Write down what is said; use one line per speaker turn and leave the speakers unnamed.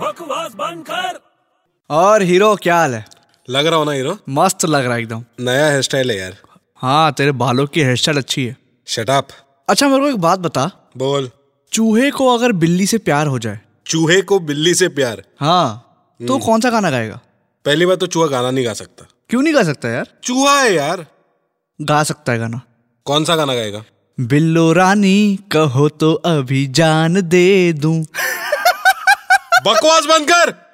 बकवास बंद कर
और हीरो क्या हाल है
लग रहा हो ना हीरो
मस्त लग रहा है एकदम
नया हेयर स्टाइल है यार
हाँ तेरे बालों की हेयर स्टाइल अच्छी है
शट अप
अच्छा मेरे को एक बात बता
बोल
चूहे को अगर बिल्ली से प्यार हो जाए
चूहे को बिल्ली से प्यार हम्म।
हाँ तो कौन सा गाना गाएगा
पहली बार तो चूहा गाना नहीं गा सकता
क्यों नहीं गा सकता यार
चूहा है यार
गा सकता है गाना
कौन सा गाना गाएगा
बिल्लो रानी कहो तो अभी जान दे दूं
बकवास बंद कर